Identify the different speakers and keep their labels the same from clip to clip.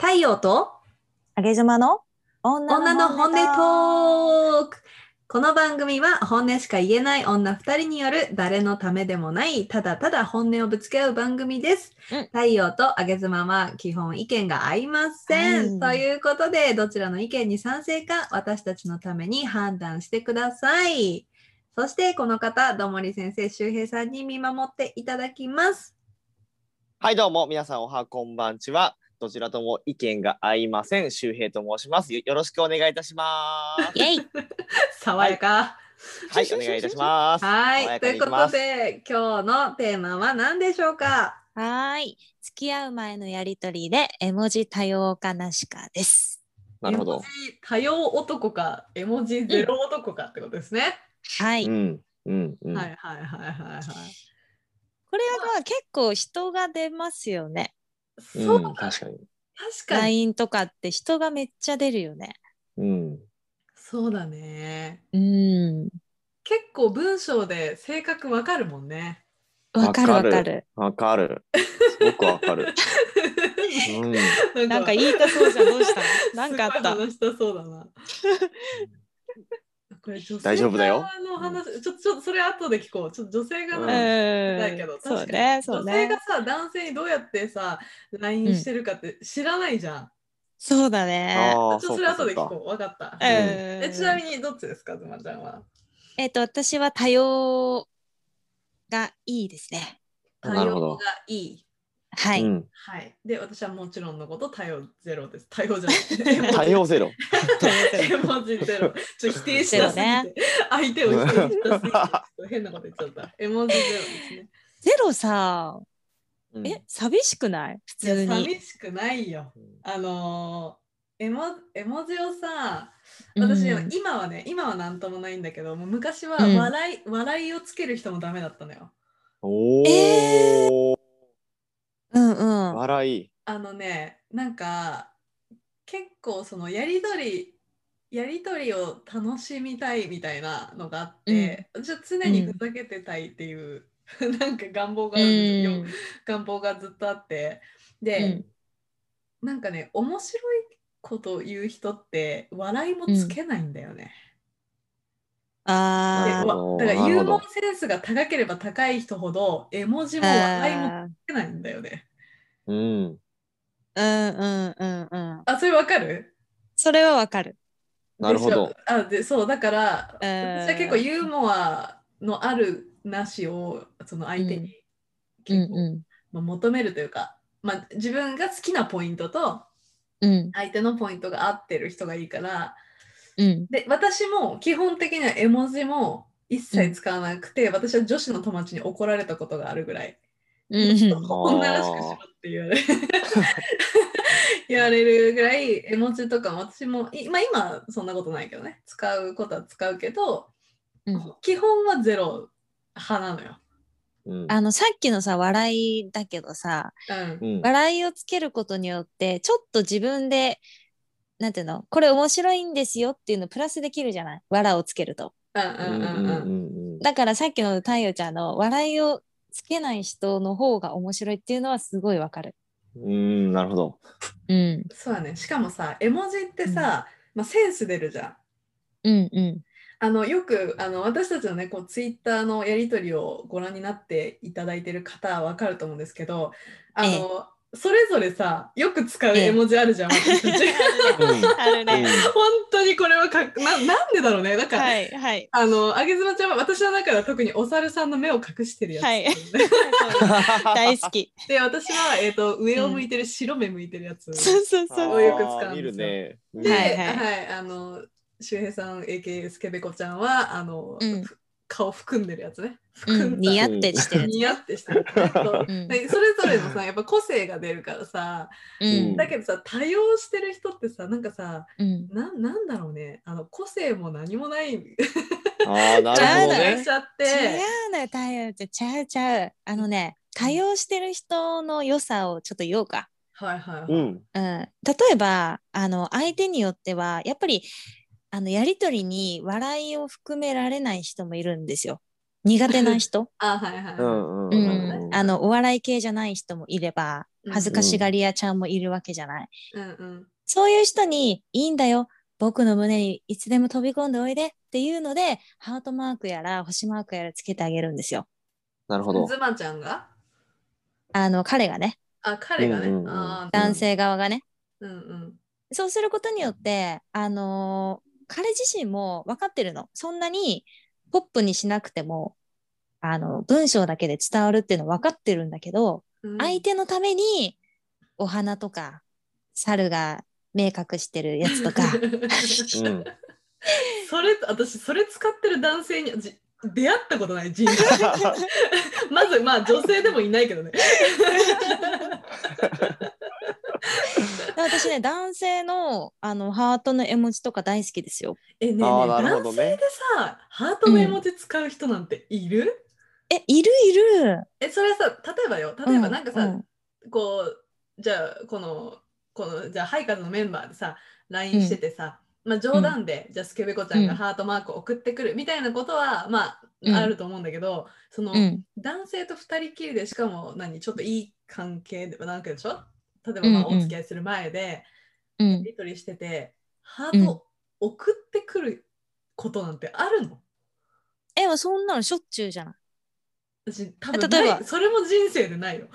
Speaker 1: 太陽と
Speaker 2: あげじまの女
Speaker 1: 女の本音トークこの番組は本音しか言えない女2人による誰のためでもないただただ本音をぶつけ合う番組です。
Speaker 2: うん
Speaker 1: 太陽とあげずまは基本意見が合いません。
Speaker 2: はい
Speaker 1: ということでどちらの意見に賛成か私たちのために判断してください。そしてこの方、どもり先生、周平さんに見守っていただきます。
Speaker 3: はいどうも皆さんおはこんばんちはどちらとも意見が合いません周平と申しますよよろしくお願いいたしま す
Speaker 2: イェイ
Speaker 1: 爽やか。
Speaker 3: はいお願いいたします
Speaker 1: はい、と
Speaker 3: 爽
Speaker 1: い
Speaker 3: や
Speaker 1: うこ
Speaker 3: かに
Speaker 1: と
Speaker 3: いきます
Speaker 1: で今日のテーマは何でしょうか
Speaker 2: はーい。付き合う前のやりとりで絵文字多様化なしかです。
Speaker 3: なるほ
Speaker 1: 絵
Speaker 3: ど
Speaker 1: 文字多様男か絵文字ゼロ男かってことですね、
Speaker 2: は
Speaker 3: う
Speaker 2: い。
Speaker 3: んうんうん、
Speaker 1: はいはいはいはいはい
Speaker 2: これはまあ結構人が出ますよね。
Speaker 3: う
Speaker 1: そ
Speaker 3: ん
Speaker 1: うか、確
Speaker 3: 確かに
Speaker 1: かに
Speaker 2: LINE とかって人がめっちゃ出るよね。
Speaker 3: うん
Speaker 1: そうだね
Speaker 2: うん。
Speaker 1: 結構文章で性格わかるもんね
Speaker 2: わかるわ
Speaker 3: わかる
Speaker 2: かる。
Speaker 3: わかるすごくわか る うん
Speaker 2: なんか言いたそうじゃん。どうしたの なんかあっ
Speaker 1: す
Speaker 2: た
Speaker 1: ごい。話したそうだ なこれ女性
Speaker 3: 大丈夫だよ
Speaker 1: 側の話ちょちょっとそれ後で聞こうちょっと女性が
Speaker 3: う
Speaker 1: の
Speaker 3: ん
Speaker 1: 話
Speaker 2: うん
Speaker 1: だけど、確かに
Speaker 2: そうね、そう
Speaker 1: 女性
Speaker 2: ね
Speaker 1: が。さ、男性にどうやってさ、LINE してるかって知らないじゃん。
Speaker 2: そうだね。
Speaker 3: ああ
Speaker 1: ちょっと
Speaker 3: そ
Speaker 1: そうれ後で聞
Speaker 3: かそうか
Speaker 1: こう。わかった。
Speaker 2: うん
Speaker 1: えちなみにどっちですか、ずまちゃんは。
Speaker 2: えっと、私は多様がいいですね。
Speaker 3: あなるほど
Speaker 1: 多様がいい。
Speaker 2: は
Speaker 3: う
Speaker 2: い。
Speaker 3: ん、
Speaker 1: はい。で、私はもちろんのこと、多様ゼロです。多様じゃない。
Speaker 3: 多 様ゼロ
Speaker 1: 絵文字ゼロ。ちょっと否定しなすぎて、
Speaker 2: ゼロね
Speaker 1: 相手を否定したすぎて、ちょっと変なこと言っちゃった。絵文字ゼロですね。
Speaker 2: ゼロさ、
Speaker 3: うん
Speaker 2: え、寂しくない普
Speaker 1: い
Speaker 2: 通
Speaker 1: や
Speaker 2: に。
Speaker 1: 寂しくないよ。あのー、絵文絵文字をさ、
Speaker 2: う
Speaker 1: 私、
Speaker 2: ん
Speaker 1: 今はね今は何ともないんだけどもう昔は
Speaker 2: うん
Speaker 1: 笑い、笑いをつける人もダメだったのよ
Speaker 3: おお、
Speaker 2: うんうん。
Speaker 3: 笑い
Speaker 1: あのねなんか結構そのやりとりやりとりを楽しみたいみたいなのがあって、私は常にふざけてたいっていう、 なんか願望があるんですよ、
Speaker 2: うん
Speaker 1: 願望がずっとあってで、なんかね面白いこと言う人って笑いもつけないんだよね、
Speaker 2: あ
Speaker 1: で
Speaker 3: なる
Speaker 1: わ
Speaker 2: ー
Speaker 3: ほど
Speaker 1: だから
Speaker 3: な
Speaker 1: ユ
Speaker 3: る
Speaker 1: ー
Speaker 3: ほど
Speaker 1: モアセンスが高ければ高い人ほど絵文字も笑いも
Speaker 2: あー。
Speaker 1: つけないんだよね。
Speaker 3: うん
Speaker 2: うんうんうんうん。
Speaker 1: あそれわかる
Speaker 2: それはわかる。
Speaker 3: なるほど
Speaker 1: でしょあでそうだから
Speaker 2: うん
Speaker 1: 私は結構ユーモアのあるなしをその相手に
Speaker 2: うん
Speaker 1: 結構、
Speaker 2: う
Speaker 1: まあ、求めるというか、まあ、自分が好きなポイントと
Speaker 2: ん。うん
Speaker 1: 相手のポイントが合ってる人がいいから
Speaker 2: うん。
Speaker 1: で私も基本的には絵文字も一切使わなくて、私は女子の友達に怒られたことがあるぐらい。
Speaker 2: うん。
Speaker 1: 女らしくしろって言われ 言われるぐらい絵文字とかも私もいまあ今そんなことないけどね使うことは使うけど、
Speaker 2: うん
Speaker 1: 基本はゼロ派なのよ。
Speaker 3: うん
Speaker 2: あの、さっきのさ、笑いだけどさ、
Speaker 1: うん
Speaker 3: うん
Speaker 2: 笑いをつけることによって、ちょっと自分で、なんていうのこれ面白いんですよっていうのプラスできるじゃない笑をつけると。
Speaker 1: うんうんうんうん
Speaker 3: ん
Speaker 2: だからさっきの太陽ちゃんの笑いをつけない人の方が面白いっていうのはすごいわかる。
Speaker 3: うんうんなるほど
Speaker 2: うん。
Speaker 1: そうだねしかもさ絵文字ってさ、まあ、センス出るじゃん。
Speaker 2: うんうん。
Speaker 1: あのよくあの私たちのねこうツイッターのやり取りをご覧になっていただいてる方はわかると思うんですけどあの、
Speaker 2: え
Speaker 1: それぞれさよく使う
Speaker 2: ええ
Speaker 1: 絵文字あるじゃん、私た ち
Speaker 2: ある
Speaker 3: うん。
Speaker 1: 本当にこれはかっななんでだろうねだから、
Speaker 2: はいはい。
Speaker 1: あのあげずまちゃんは私の中では特にお猿さんの目を隠してるやつ、
Speaker 2: はい
Speaker 3: 大
Speaker 2: 大好き。
Speaker 1: で私は、えー、と上を向いてる、白目向いてるやつ
Speaker 2: そうそう
Speaker 3: あ
Speaker 2: そう。
Speaker 1: うよく
Speaker 3: ー
Speaker 1: 使うんで
Speaker 3: 見る
Speaker 1: すよ
Speaker 3: ね。
Speaker 1: で、
Speaker 2: は
Speaker 1: はいい
Speaker 2: はい
Speaker 1: あの周平さん AKA スケベコちゃんはあの、
Speaker 2: うん
Speaker 1: ふ顔含んでるやつね
Speaker 2: う
Speaker 1: 含
Speaker 2: ん、
Speaker 1: んだ
Speaker 2: 似合ってしてる。
Speaker 1: 似合ってしてるやつ そう
Speaker 2: うん
Speaker 1: でそれぞれのさやっぱ個性が出るからさ
Speaker 2: うん
Speaker 1: だけどさ多様してる人ってさなんかさ
Speaker 2: うん。
Speaker 1: なんなんだろうねあの個性も何もない
Speaker 3: ああ、なるほど
Speaker 2: だ
Speaker 1: 感 じ
Speaker 2: ね
Speaker 3: ね。
Speaker 1: しちゃっ
Speaker 2: 違
Speaker 1: て。
Speaker 2: うのよ、太陽ちゃん。ちゃうちゃう。あのね、多様してる人の良さをちょっと言おうか。
Speaker 1: はいはいはい。
Speaker 3: うん。
Speaker 2: うん、例えばあの相手によってはやっぱりあのやり取りに笑いを含められない人もいるんですよ。苦手な人、
Speaker 1: あはいはい。
Speaker 3: う
Speaker 2: う
Speaker 3: んう
Speaker 2: んん、あのお笑い系じゃない人もいれば恥ずかしがり屋ちゃんもいるわけじゃない、
Speaker 1: うんうん。
Speaker 2: そういう人にいいんだよ僕の胸にいつでも飛び込んでおいでっていうのでハートマークやら星マークやらつけてあげるんですよ
Speaker 3: なるほど。
Speaker 1: ズマちゃんが
Speaker 2: あの彼がね
Speaker 1: あ、彼がね。
Speaker 3: うんうんうん
Speaker 1: あー
Speaker 2: 男性側がね、
Speaker 1: うんうん。
Speaker 2: そうすることによってあのー彼自身も分かってるのそんなにポップにしなくてもあの文章だけで伝わるっていうの分かってるんだけど、
Speaker 1: うん
Speaker 2: 相手のためにお花とか猿が目隠してるや つとか
Speaker 3: うん
Speaker 1: それ私それ使ってる男性にじ出会ったことない人生 まずまあ女性でもいないけどね
Speaker 2: 私ね男性のあのハートの絵文字とか大好きですよ
Speaker 1: えねえねえ
Speaker 3: あーなる
Speaker 1: 男
Speaker 3: ほど
Speaker 1: 性
Speaker 3: ね
Speaker 1: でさハートの絵文字使う人なんている、
Speaker 2: えいるいる
Speaker 1: えそれはさ例えばよ例えばなんかさ、
Speaker 2: うん
Speaker 1: こうじゃあこのこのじゃあハイカズのメンバーでさ LINE しててさ、まあ、冗談で、じゃあスケベ子ちゃん
Speaker 2: う
Speaker 1: が
Speaker 2: ん
Speaker 1: ハートマークを送ってくるみたいなことは、まあ、
Speaker 2: うん
Speaker 1: あると思うんだけどその、
Speaker 2: うん
Speaker 1: 男性と2人きりでしかも何ちょっといい関係でなんかでしょ例えばまあ
Speaker 2: うん
Speaker 1: お
Speaker 2: うん
Speaker 1: 付き合いする前で
Speaker 2: うん
Speaker 1: やり取りしてて、ハート送ってくることなんてあるの
Speaker 2: えもうそんなのしょっちゅうじゃない
Speaker 1: 私多
Speaker 2: え
Speaker 1: 分
Speaker 2: 例えば
Speaker 1: ないそれも人生でないよ。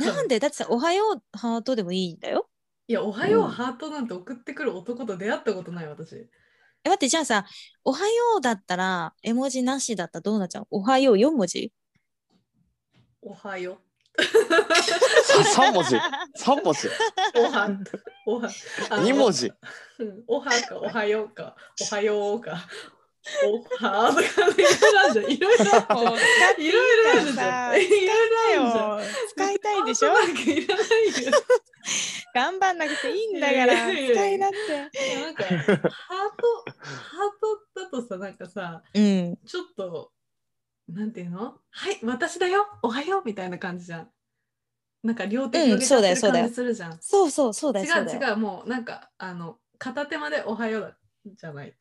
Speaker 2: えなんでだってさ「おはようハート」でもいいんだよ
Speaker 1: いや、おはよう、
Speaker 3: うん
Speaker 1: ハートなんて送ってくる男と出会ったことない私。
Speaker 2: え待ってじゃあさ「おはよう」だったら絵文字なしだったらどうなっちゃうおはよう4文字
Speaker 1: おはよ
Speaker 3: さ三文字。三文字。
Speaker 1: う。おは。おは。あの
Speaker 3: 二文。字。
Speaker 1: うんおはか、おはようか、おはようか。おはとかね、いろいろあるじゃん。いろいろあるじゃん。いろいろあるじゃん。いろいろあるじゃん。
Speaker 2: 使いたいでしょ
Speaker 1: なんかいらないよ。
Speaker 2: 頑張んなくていいんだか
Speaker 1: いや
Speaker 2: ら
Speaker 1: いやいや
Speaker 2: 使いなっ
Speaker 1: いやなん かハートハートだとさなんかさ
Speaker 2: てうん
Speaker 1: ちょっとなんていうのはい私だよおはようみたいな感じじゃん。なんか両手
Speaker 2: うん
Speaker 1: 広げちゃってる
Speaker 2: そうだよ
Speaker 1: 感じするじゃん。
Speaker 2: そうそうそうだよそうだ
Speaker 1: 違
Speaker 2: よ
Speaker 1: う違うもうなんかあの片手までおはようだじゃないと。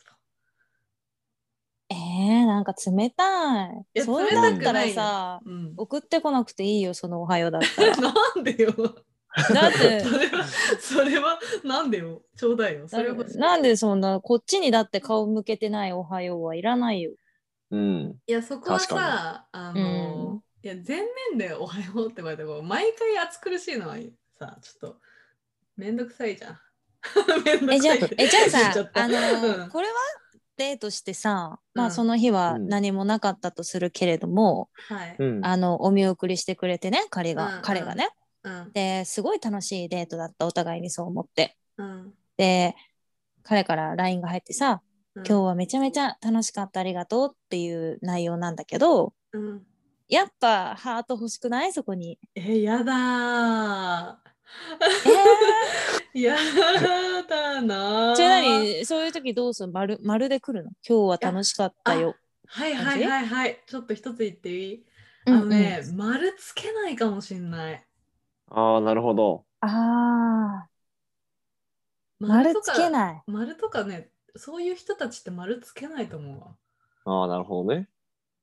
Speaker 2: えー、なんか冷たい
Speaker 1: いや
Speaker 2: それだったらさ
Speaker 1: うん。
Speaker 2: 送ってこなくていいよその「おはよう」だった ら
Speaker 1: なんでよ。
Speaker 2: だって
Speaker 1: それはそれはなんでよ。ちょうだいよ。それは欲しい。
Speaker 2: なんでそんなこっちにだって顔向けてない「おはよう」はいらないよ
Speaker 3: うん。
Speaker 1: いやそこは
Speaker 3: 確
Speaker 1: さあ
Speaker 2: う
Speaker 1: の、いや前面で「おはよう」って言われても毎回暑苦しいのはさちょっとめんどくさいじゃん。めんど
Speaker 2: え
Speaker 1: く
Speaker 2: じゃ
Speaker 1: さい
Speaker 2: あ
Speaker 1: って
Speaker 2: えじゃあさ
Speaker 1: 言っ ちった
Speaker 2: あのー
Speaker 1: うん
Speaker 2: これはデートしてさ、ま
Speaker 1: う
Speaker 2: あ
Speaker 1: ん
Speaker 2: その日は
Speaker 3: うん
Speaker 2: 何もなかったとするけれども、
Speaker 1: はい、
Speaker 3: うん。
Speaker 2: あのお見送りしてくれてね彼が、
Speaker 1: うん
Speaker 2: 彼がね
Speaker 1: うん
Speaker 2: ですごい楽しいデートだったお互いにそう思って
Speaker 1: うん
Speaker 2: で彼から LINE が入ってさ
Speaker 1: うん
Speaker 2: 「今日はめちゃめちゃ楽しかったありがとう」っていう内容なんだけど
Speaker 1: うん、
Speaker 2: やっぱハート欲しくないそこに。
Speaker 1: えやだ
Speaker 2: え
Speaker 1: ー やだな
Speaker 2: ー、
Speaker 1: ー
Speaker 2: じゃあ何そういう時どうするまるまるで来るの今日は楽しかったよ。
Speaker 1: はいはいはいはいちょっと一つ言っていい、
Speaker 2: うん
Speaker 1: あのね丸つけないかもしんない。
Speaker 3: ああ、なるほど。
Speaker 2: うん、あー丸
Speaker 1: と
Speaker 2: つ
Speaker 1: か
Speaker 2: けない。
Speaker 1: 丸とかねそういう人たちって丸つけないと思うわ。
Speaker 3: ああ、なるほどね。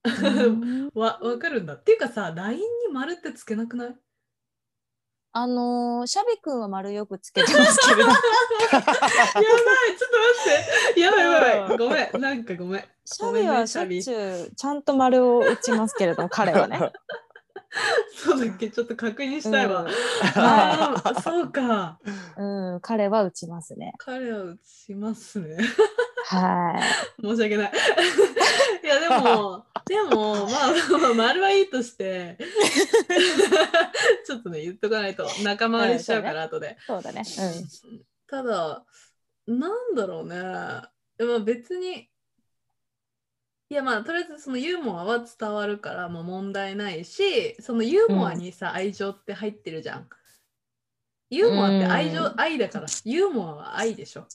Speaker 2: うん
Speaker 1: わわかるんだっていうかさ LINE に丸ってつけなくない
Speaker 2: あのー、シャビ君は丸よくつけてますけ ど
Speaker 1: やばいちょっと待ってやばいやばいやば
Speaker 2: う
Speaker 1: いごめんなんかごめん
Speaker 2: シ
Speaker 1: ご
Speaker 2: ャ
Speaker 1: めん
Speaker 2: ビ
Speaker 1: ね
Speaker 2: はしょっちゅうちゃんと丸を打ちますけれども彼はね。
Speaker 1: そうだっけちょっと確認 したいわ、
Speaker 2: うん
Speaker 1: ああそうか
Speaker 2: うん、彼は打ちますね。
Speaker 1: 彼は打ちますね
Speaker 2: はい。
Speaker 1: 申し訳ない いやでもでもまあまあ丸はいいとして ちょっとね言っとかないと仲間割れしちゃうから後で
Speaker 2: そうだね。
Speaker 1: ただなんだろうねいやまあ別にいやまあとりあえずそのユーモアは伝わるからまあ問題ないしそのユーモアにさ、愛情って入ってるじゃんユーモアって愛情、
Speaker 2: うん
Speaker 1: 愛だからユーモアは愛でしょ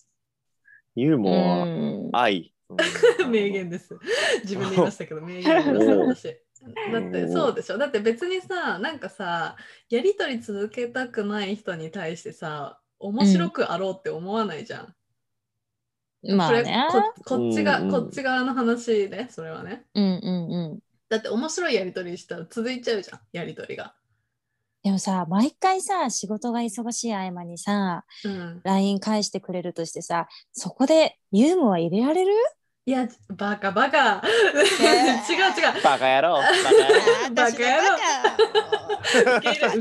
Speaker 3: ユー
Speaker 2: う
Speaker 3: モ
Speaker 2: ん。うん
Speaker 3: ア、愛。う ん
Speaker 1: 名言。 です自分で言いましたけ ど名言で
Speaker 3: おお
Speaker 1: す私だってそうでしょだって別にさなんかさやりとり続けたくない人に対してさ面白くあろうって思わないじゃん
Speaker 2: ま
Speaker 1: こ
Speaker 2: あ
Speaker 1: れ
Speaker 2: ね。
Speaker 1: ここっちが、
Speaker 3: うんうん
Speaker 1: こっち側の話ねそれはね
Speaker 2: うんうんうん。
Speaker 1: だって面白いやり取りしたら続いちゃうじゃんやり取りが。
Speaker 2: でもさ毎回さ仕事が忙しい合間にさ
Speaker 1: うん
Speaker 2: LINE 返してくれるとしてさそこでユーモア入れられる
Speaker 1: いやバカバカ 違う違う
Speaker 3: バカ野郎。バカ野郎
Speaker 1: あーバカ受け入れ受
Speaker 2: 野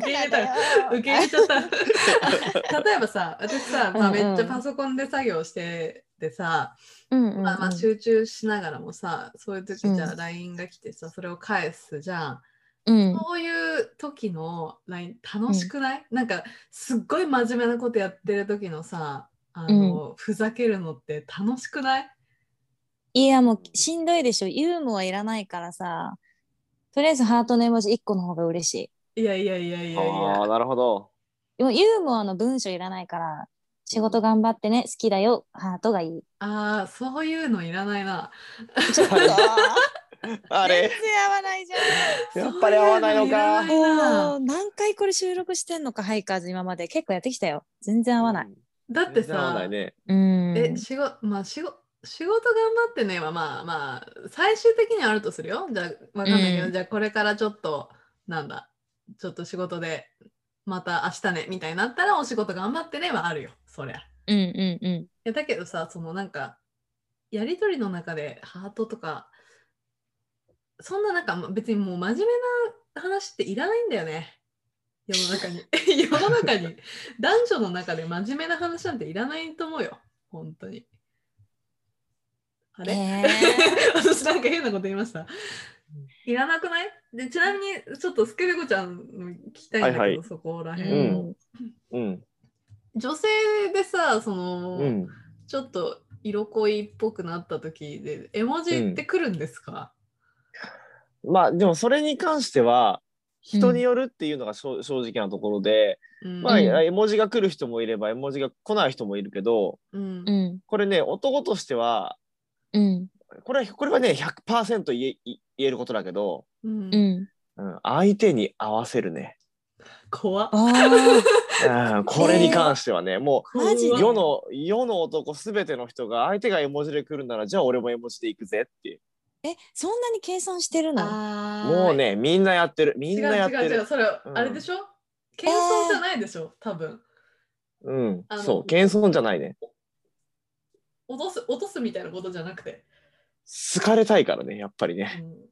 Speaker 1: け入れた受け入れちゃった 例えばさ私さ、まあ、
Speaker 2: うん
Speaker 1: め
Speaker 2: うん
Speaker 1: っちゃパソコンで作業しててさ、
Speaker 2: うんうんうん
Speaker 1: まあ、まあ集中しながらもさそういう時じゃ
Speaker 2: う
Speaker 1: あ LINE が来てさそれを返すじゃん、
Speaker 2: うん
Speaker 1: そういう時の LINE 楽しくない、なんかすっごい真面目なことやってる時のさあの、ふざけるのって楽しくない
Speaker 2: いやもうしんどいでしょユーモアいらないからさとりあえずハートの絵文字1個の方が嬉しい
Speaker 1: いやいやいやいやい
Speaker 3: ああ、
Speaker 1: や
Speaker 3: なるほど。
Speaker 2: でもユーモアの文章いらないから仕事頑張ってね好きだよハートがいい
Speaker 1: あーそういうのいらないな
Speaker 2: ちょっと
Speaker 3: あれ、
Speaker 2: 合わないじゃん
Speaker 3: やっぱり合わないのか。
Speaker 1: そういうのいらないな
Speaker 2: もう何回これ収録してんのかハイカーズ今まで結構やってきたよ全然合わない、
Speaker 1: だって
Speaker 3: 合わな
Speaker 1: さ
Speaker 3: いね。
Speaker 2: うん、
Speaker 1: え仕事まあ仕事仕事頑張ってねはまあまあ最終的にはあるとするよじゃあわかんないけど、
Speaker 2: うん
Speaker 1: じゃあこれからちょっとなんだちょっと仕事でまた明日ねみたいになったらお仕事頑張ってねはあるよそりゃい
Speaker 2: うんうんうん
Speaker 1: やだけどさそのなんかやり取りの中でハートとかそんななんかま別にもう真面目な話っていらないんだよね世の中に世の中に男女の中で真面目な話なんていらないと思うよ本当にあれ、
Speaker 2: え
Speaker 1: 私なんか変なこと言いましたいらなくないでちなみにちょっとスケベコちゃんの聞きたいんだけど、
Speaker 3: はいは
Speaker 1: そこら
Speaker 2: ー
Speaker 1: 辺、
Speaker 3: うんうん。
Speaker 1: 女性でさその、
Speaker 3: うん。
Speaker 1: ちょっと色恋っぽくなった時で絵文字ってくるんですか、
Speaker 3: まあ、でも、それに関しては。人によるっていうのがしょ正直なところで、
Speaker 1: うん
Speaker 3: まあ、
Speaker 2: うん
Speaker 3: 絵文字が来る人もいれば、絵文字が来ない人もいるけど。
Speaker 1: うん
Speaker 2: う、ん
Speaker 3: これね、男としては、
Speaker 2: うん
Speaker 3: これは、これはね、100%言え言えることだけど、
Speaker 1: うん
Speaker 2: うん
Speaker 3: うん、相手に合わせるね。
Speaker 1: 怖っ
Speaker 2: あ
Speaker 3: うん、これに関してはね、も
Speaker 2: ーマジ
Speaker 3: う
Speaker 2: で
Speaker 3: 世の世の男すべての人が相手が絵文字で来るならじゃあ俺も絵文字で行くぜっていう
Speaker 2: えそんなに計算してるの
Speaker 1: あー
Speaker 3: もうねみんなやってるみ
Speaker 1: 違うん
Speaker 3: なやって
Speaker 1: 違う違う
Speaker 3: る
Speaker 1: それ、
Speaker 3: うん
Speaker 1: あれでしょ謙遜じゃないでしょ多分
Speaker 3: うん
Speaker 1: あの
Speaker 3: そう謙遜じゃないね
Speaker 1: 落とす落とすみたいなことじゃなくて、
Speaker 3: 好かれたいからねやっぱりね
Speaker 1: うん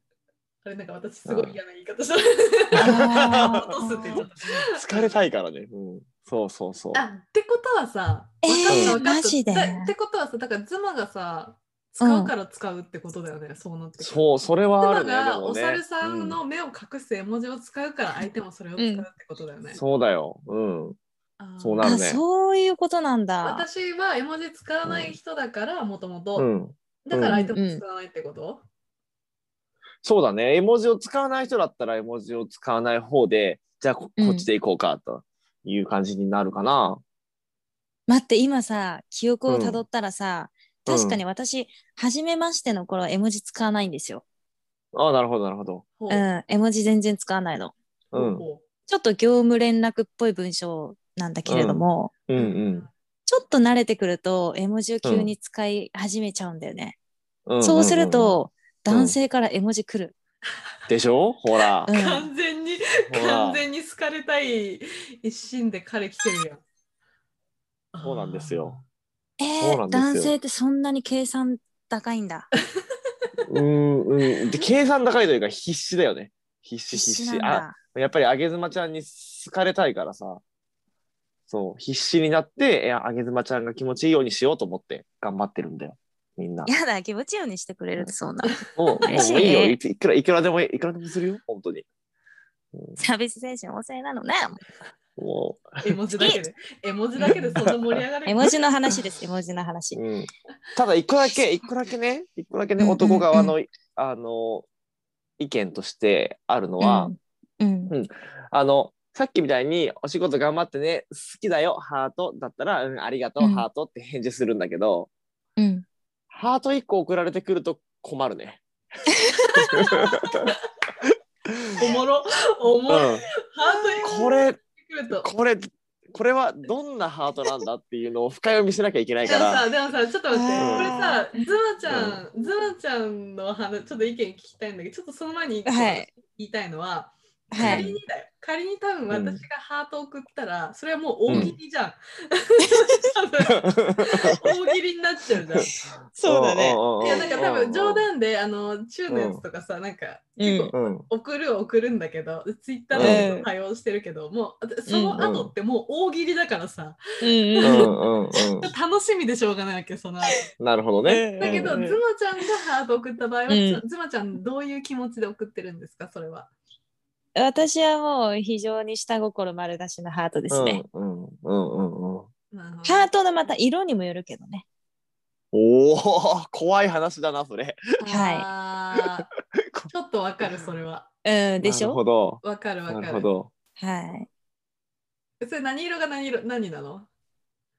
Speaker 1: あれなんか私すごい嫌な言い方した、
Speaker 2: あー
Speaker 1: 落とすって言っちゃった
Speaker 3: 好かれたいからね、うん、そうそうそう
Speaker 1: あってことはさ、
Speaker 2: えー
Speaker 1: わかったわかった
Speaker 2: マジで
Speaker 1: だってことはさ、だから妻がさ、使うから使うってことだよね、そうなってくると
Speaker 3: そうそれはあ
Speaker 1: 妻
Speaker 3: るね
Speaker 1: が
Speaker 3: でも
Speaker 1: お
Speaker 3: ね
Speaker 1: 猿さん
Speaker 3: う
Speaker 1: の目を隠す絵文字を使うから相手もそれを使うってことだよね。
Speaker 3: そうだようん
Speaker 1: あー
Speaker 3: そうなる
Speaker 2: あ
Speaker 3: ね
Speaker 2: そういうことなんだ
Speaker 1: 私は絵文字使わない人だからもとも
Speaker 3: う
Speaker 1: と
Speaker 3: ん
Speaker 1: だから相手も使わないってこと、
Speaker 3: そうだね絵文字を使わない人だったら絵文字を使わない方でじゃあこ
Speaker 2: うん
Speaker 3: こっちで行こうかという感じになるかな、
Speaker 2: 待って今さ記憶をたどったらさ、
Speaker 3: うん
Speaker 2: 確かに私、初めましての頃絵文字使わないんですよ、
Speaker 3: ああなるほどなるほど
Speaker 1: ほ
Speaker 2: う、
Speaker 1: うん
Speaker 2: 絵文字全然使わないの
Speaker 1: ほ
Speaker 3: う
Speaker 1: うんほ
Speaker 2: ちょっと業務連絡っぽい文章なんだけれども、
Speaker 3: う
Speaker 1: うん
Speaker 3: うん
Speaker 2: ちょっと慣れてくると絵文字を急に使い始めちゃうんだよね。
Speaker 3: うんうん
Speaker 2: そうする
Speaker 3: うん
Speaker 2: と、男性から絵文字来る。
Speaker 3: でしょ ほら
Speaker 2: う、ん
Speaker 1: 完全に
Speaker 3: ほら
Speaker 1: 完全に好かれたい一心で彼来てるやん。
Speaker 3: そうなんですよ。
Speaker 2: え
Speaker 3: そう
Speaker 2: ー、
Speaker 3: なんですよ
Speaker 2: 男性ってそんなに計算高いんだ。
Speaker 3: うんうんで計算高いというか必死だよね必死
Speaker 2: 必
Speaker 3: 必
Speaker 2: 死な
Speaker 3: 死
Speaker 2: ん
Speaker 3: あ
Speaker 2: だ。
Speaker 3: やっぱりあげずまちゃんに好かれたいからさそう必死になっていやあげずまちゃんが気持ちいいようにしようと思って頑張ってるんだよみんな
Speaker 2: やだ、気持ちようにしてくれるってそんな。
Speaker 3: もう
Speaker 2: 嬉しい
Speaker 3: もういいよいくいくらいくらでもいいいくらでもするよ本当に
Speaker 2: サービス精神旺盛なのね。
Speaker 3: も
Speaker 1: 絵文字だけで。絵文字だけでそんな盛り上がれ
Speaker 2: 絵
Speaker 1: る。
Speaker 2: 文字の話です、絵文字の話
Speaker 3: う、。うん、ただ一個だけ一個だけね一個だけ
Speaker 2: うん
Speaker 3: ね
Speaker 2: うんうん
Speaker 3: 男側のあの意見としてあるのは、
Speaker 2: うん。
Speaker 3: あの、さっきみたいにお仕事頑張ってね、好きだよ、ハートだったら、うん、ありがとう、
Speaker 2: うん
Speaker 3: ハートって返事するんだけど、
Speaker 2: うん。
Speaker 3: ハート1個送られてくると困るね。
Speaker 1: おもろ、お
Speaker 3: うん、
Speaker 1: もろ。ハ
Speaker 3: これ、
Speaker 1: ートに来ると。
Speaker 3: これ、これはどんなハートなんだっていうのを深読みしなきゃいけない
Speaker 1: で
Speaker 3: か
Speaker 1: も
Speaker 3: ら。
Speaker 1: さ、でもさ、ちょっと待って、
Speaker 2: あー
Speaker 1: これさ、ズマちゃん、ズマちゃんの話、ちょっと意見聞きたいんだけど、ちょっとその前に一個
Speaker 2: は
Speaker 1: 言
Speaker 2: い
Speaker 1: いたいのは、
Speaker 2: は
Speaker 1: 仮
Speaker 2: い。
Speaker 1: にだよ、仮に多分
Speaker 3: うん
Speaker 1: 私がハート送ったら、それはもう大喜利じゃん。多 分大喜利になっちゃうじゃん。
Speaker 3: うん。
Speaker 1: いやなんか多分冗
Speaker 3: 談。
Speaker 1: 談であの中のやつとかさなんか
Speaker 2: うん。
Speaker 3: うん。
Speaker 1: 送るは送るんだけどツイッターでも対応してるけど、もうその後ってもう大喜利だからさ、
Speaker 2: うんう
Speaker 3: う
Speaker 2: ん。
Speaker 3: んうんうん。
Speaker 1: 楽しみでしょうがないわけその後
Speaker 3: なるほどね。
Speaker 1: だけど、
Speaker 3: うん
Speaker 1: ズマちゃんがハート送った場合は、
Speaker 2: うん
Speaker 1: ズマちゃんどういう気持ちで送ってるんですかそれは。
Speaker 2: 私はもう非常に下心丸出しのハートですね。。
Speaker 3: うんうんうんうんうん。
Speaker 1: なるほど
Speaker 2: ハートのまた色にもよるけどね。
Speaker 3: おお、怖い話だな、それ。
Speaker 2: はい
Speaker 1: あーちょっとわかるそれは。
Speaker 2: うん、でし
Speaker 3: なるほ
Speaker 2: ょ
Speaker 3: ど。
Speaker 1: わかるわか
Speaker 3: なるほ
Speaker 1: る。
Speaker 3: ど。
Speaker 2: は
Speaker 1: それ何色が何色何なの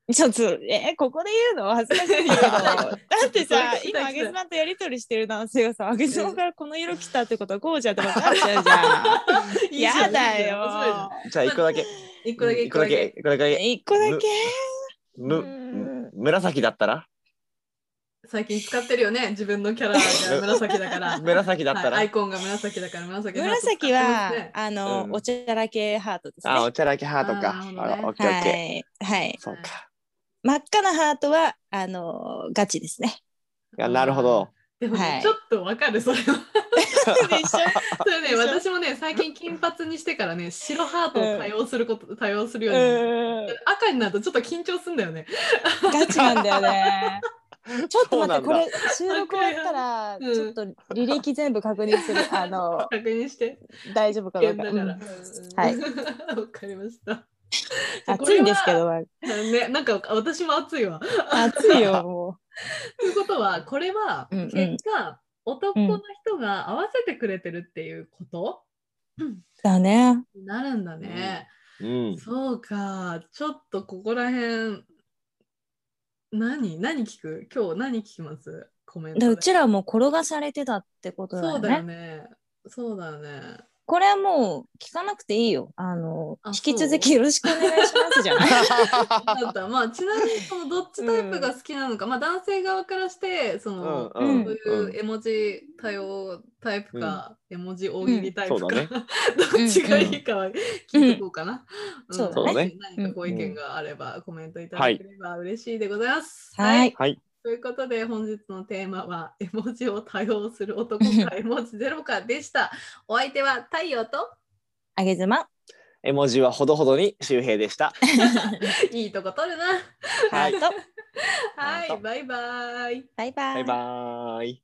Speaker 2: い。ちょっと、えーここで言うの恥ずか しいけど。だっ
Speaker 1: ちょっと
Speaker 2: てさ、
Speaker 1: それ聞きたい
Speaker 2: 今、あげずまとやりとりしてる男性がさ、あげずまからこの色来たってことはこうじゃんって分かっ ちゃうじゃん。
Speaker 1: いいじゃ
Speaker 2: や
Speaker 1: ん
Speaker 2: だ
Speaker 1: いいじゃん面白いじゃ
Speaker 2: よ
Speaker 1: ん。
Speaker 3: じゃあ、一個だけ。
Speaker 1: 一個だけ
Speaker 3: 一
Speaker 1: 一
Speaker 3: 個
Speaker 1: 個
Speaker 3: だ
Speaker 1: だ
Speaker 3: け
Speaker 1: け。。
Speaker 3: 一個だけ。
Speaker 2: 一個だけ。
Speaker 3: む、紫だったら
Speaker 1: 最近使ってるよね自分のキャ ラが紫だから
Speaker 3: 紫だった
Speaker 1: はいア
Speaker 3: ら
Speaker 1: イコンが紫だから紫のハート使って
Speaker 2: 紫
Speaker 1: ま
Speaker 2: は
Speaker 1: すね、
Speaker 2: あの、
Speaker 3: うん
Speaker 2: おちゃらけハートですね。
Speaker 3: あ、おちゃらけハートか。
Speaker 1: あーなるほどね
Speaker 3: あオッケーオッ
Speaker 2: は
Speaker 3: ケ
Speaker 2: い。はい
Speaker 3: ー。。そうか。
Speaker 2: 真っ赤なハートは、あの、ガチですね。
Speaker 3: いやなるほど。
Speaker 1: でもね、
Speaker 2: はい
Speaker 1: ちょっとわかるそれは
Speaker 2: でしょ
Speaker 1: それね
Speaker 2: でしょ
Speaker 1: 私もね最近金髪にしてからね白ハートを多用すること、多用するようになる
Speaker 2: うん。
Speaker 1: 赤になるとちょっと緊張すんだよね
Speaker 2: ガチなんだよね。ちょっと待って、
Speaker 3: そ
Speaker 2: こ
Speaker 3: うなん
Speaker 2: れ収録終わったら、
Speaker 1: うん
Speaker 2: ちょっと履歴全部確認す る。あの、
Speaker 1: 確認して
Speaker 2: 大丈夫か
Speaker 1: 危
Speaker 2: どう
Speaker 1: 険
Speaker 2: か。
Speaker 1: だ
Speaker 2: う
Speaker 1: から、
Speaker 2: ん
Speaker 1: はい わかりました
Speaker 2: 暑いんですけど、
Speaker 1: ねなんか私も暑いわ
Speaker 2: 暑いよ、も
Speaker 1: ということはこれは
Speaker 2: うんうん
Speaker 1: 結果、男の人が合わせてくれてるっていうこと、
Speaker 2: う。だね。
Speaker 1: になるんだね、
Speaker 3: うん。
Speaker 1: そうかちょっとここら辺何何聞く今日何聞きますコメント
Speaker 2: で
Speaker 1: で
Speaker 2: うちらも転がされてたってことだ
Speaker 1: そ
Speaker 2: よ
Speaker 1: うだよ
Speaker 2: ね。
Speaker 1: ねそうだよね
Speaker 2: これはもう聞かなくていいよ。あの、
Speaker 1: あ
Speaker 2: 引き続きよろしくお願いしますじゃない
Speaker 1: だった まあちなみにそのどっちタイプが好きなのか、まあ男性側からしてその、
Speaker 2: うん
Speaker 1: そういう絵文字多様タイプか、絵文字大喜利タイプか、
Speaker 3: うんそうだね
Speaker 1: どっちがいいかは聞いとこうかな。
Speaker 2: うん
Speaker 1: ん
Speaker 2: そう
Speaker 3: だね
Speaker 1: 何かご意見があればコメントいただければ嬉しいでございます。
Speaker 2: はい。
Speaker 1: ということで本日のテーマは 絵文字を多用する男か絵文字ゼロかでした。お相手は太陽と
Speaker 2: あげずま。
Speaker 3: 絵文字はほどほどに周平でした。
Speaker 1: いいとこ取るな。
Speaker 2: ハート。
Speaker 1: はい、バイバイ。
Speaker 2: バイバ
Speaker 3: バ
Speaker 2: イ
Speaker 3: イ。バーイ。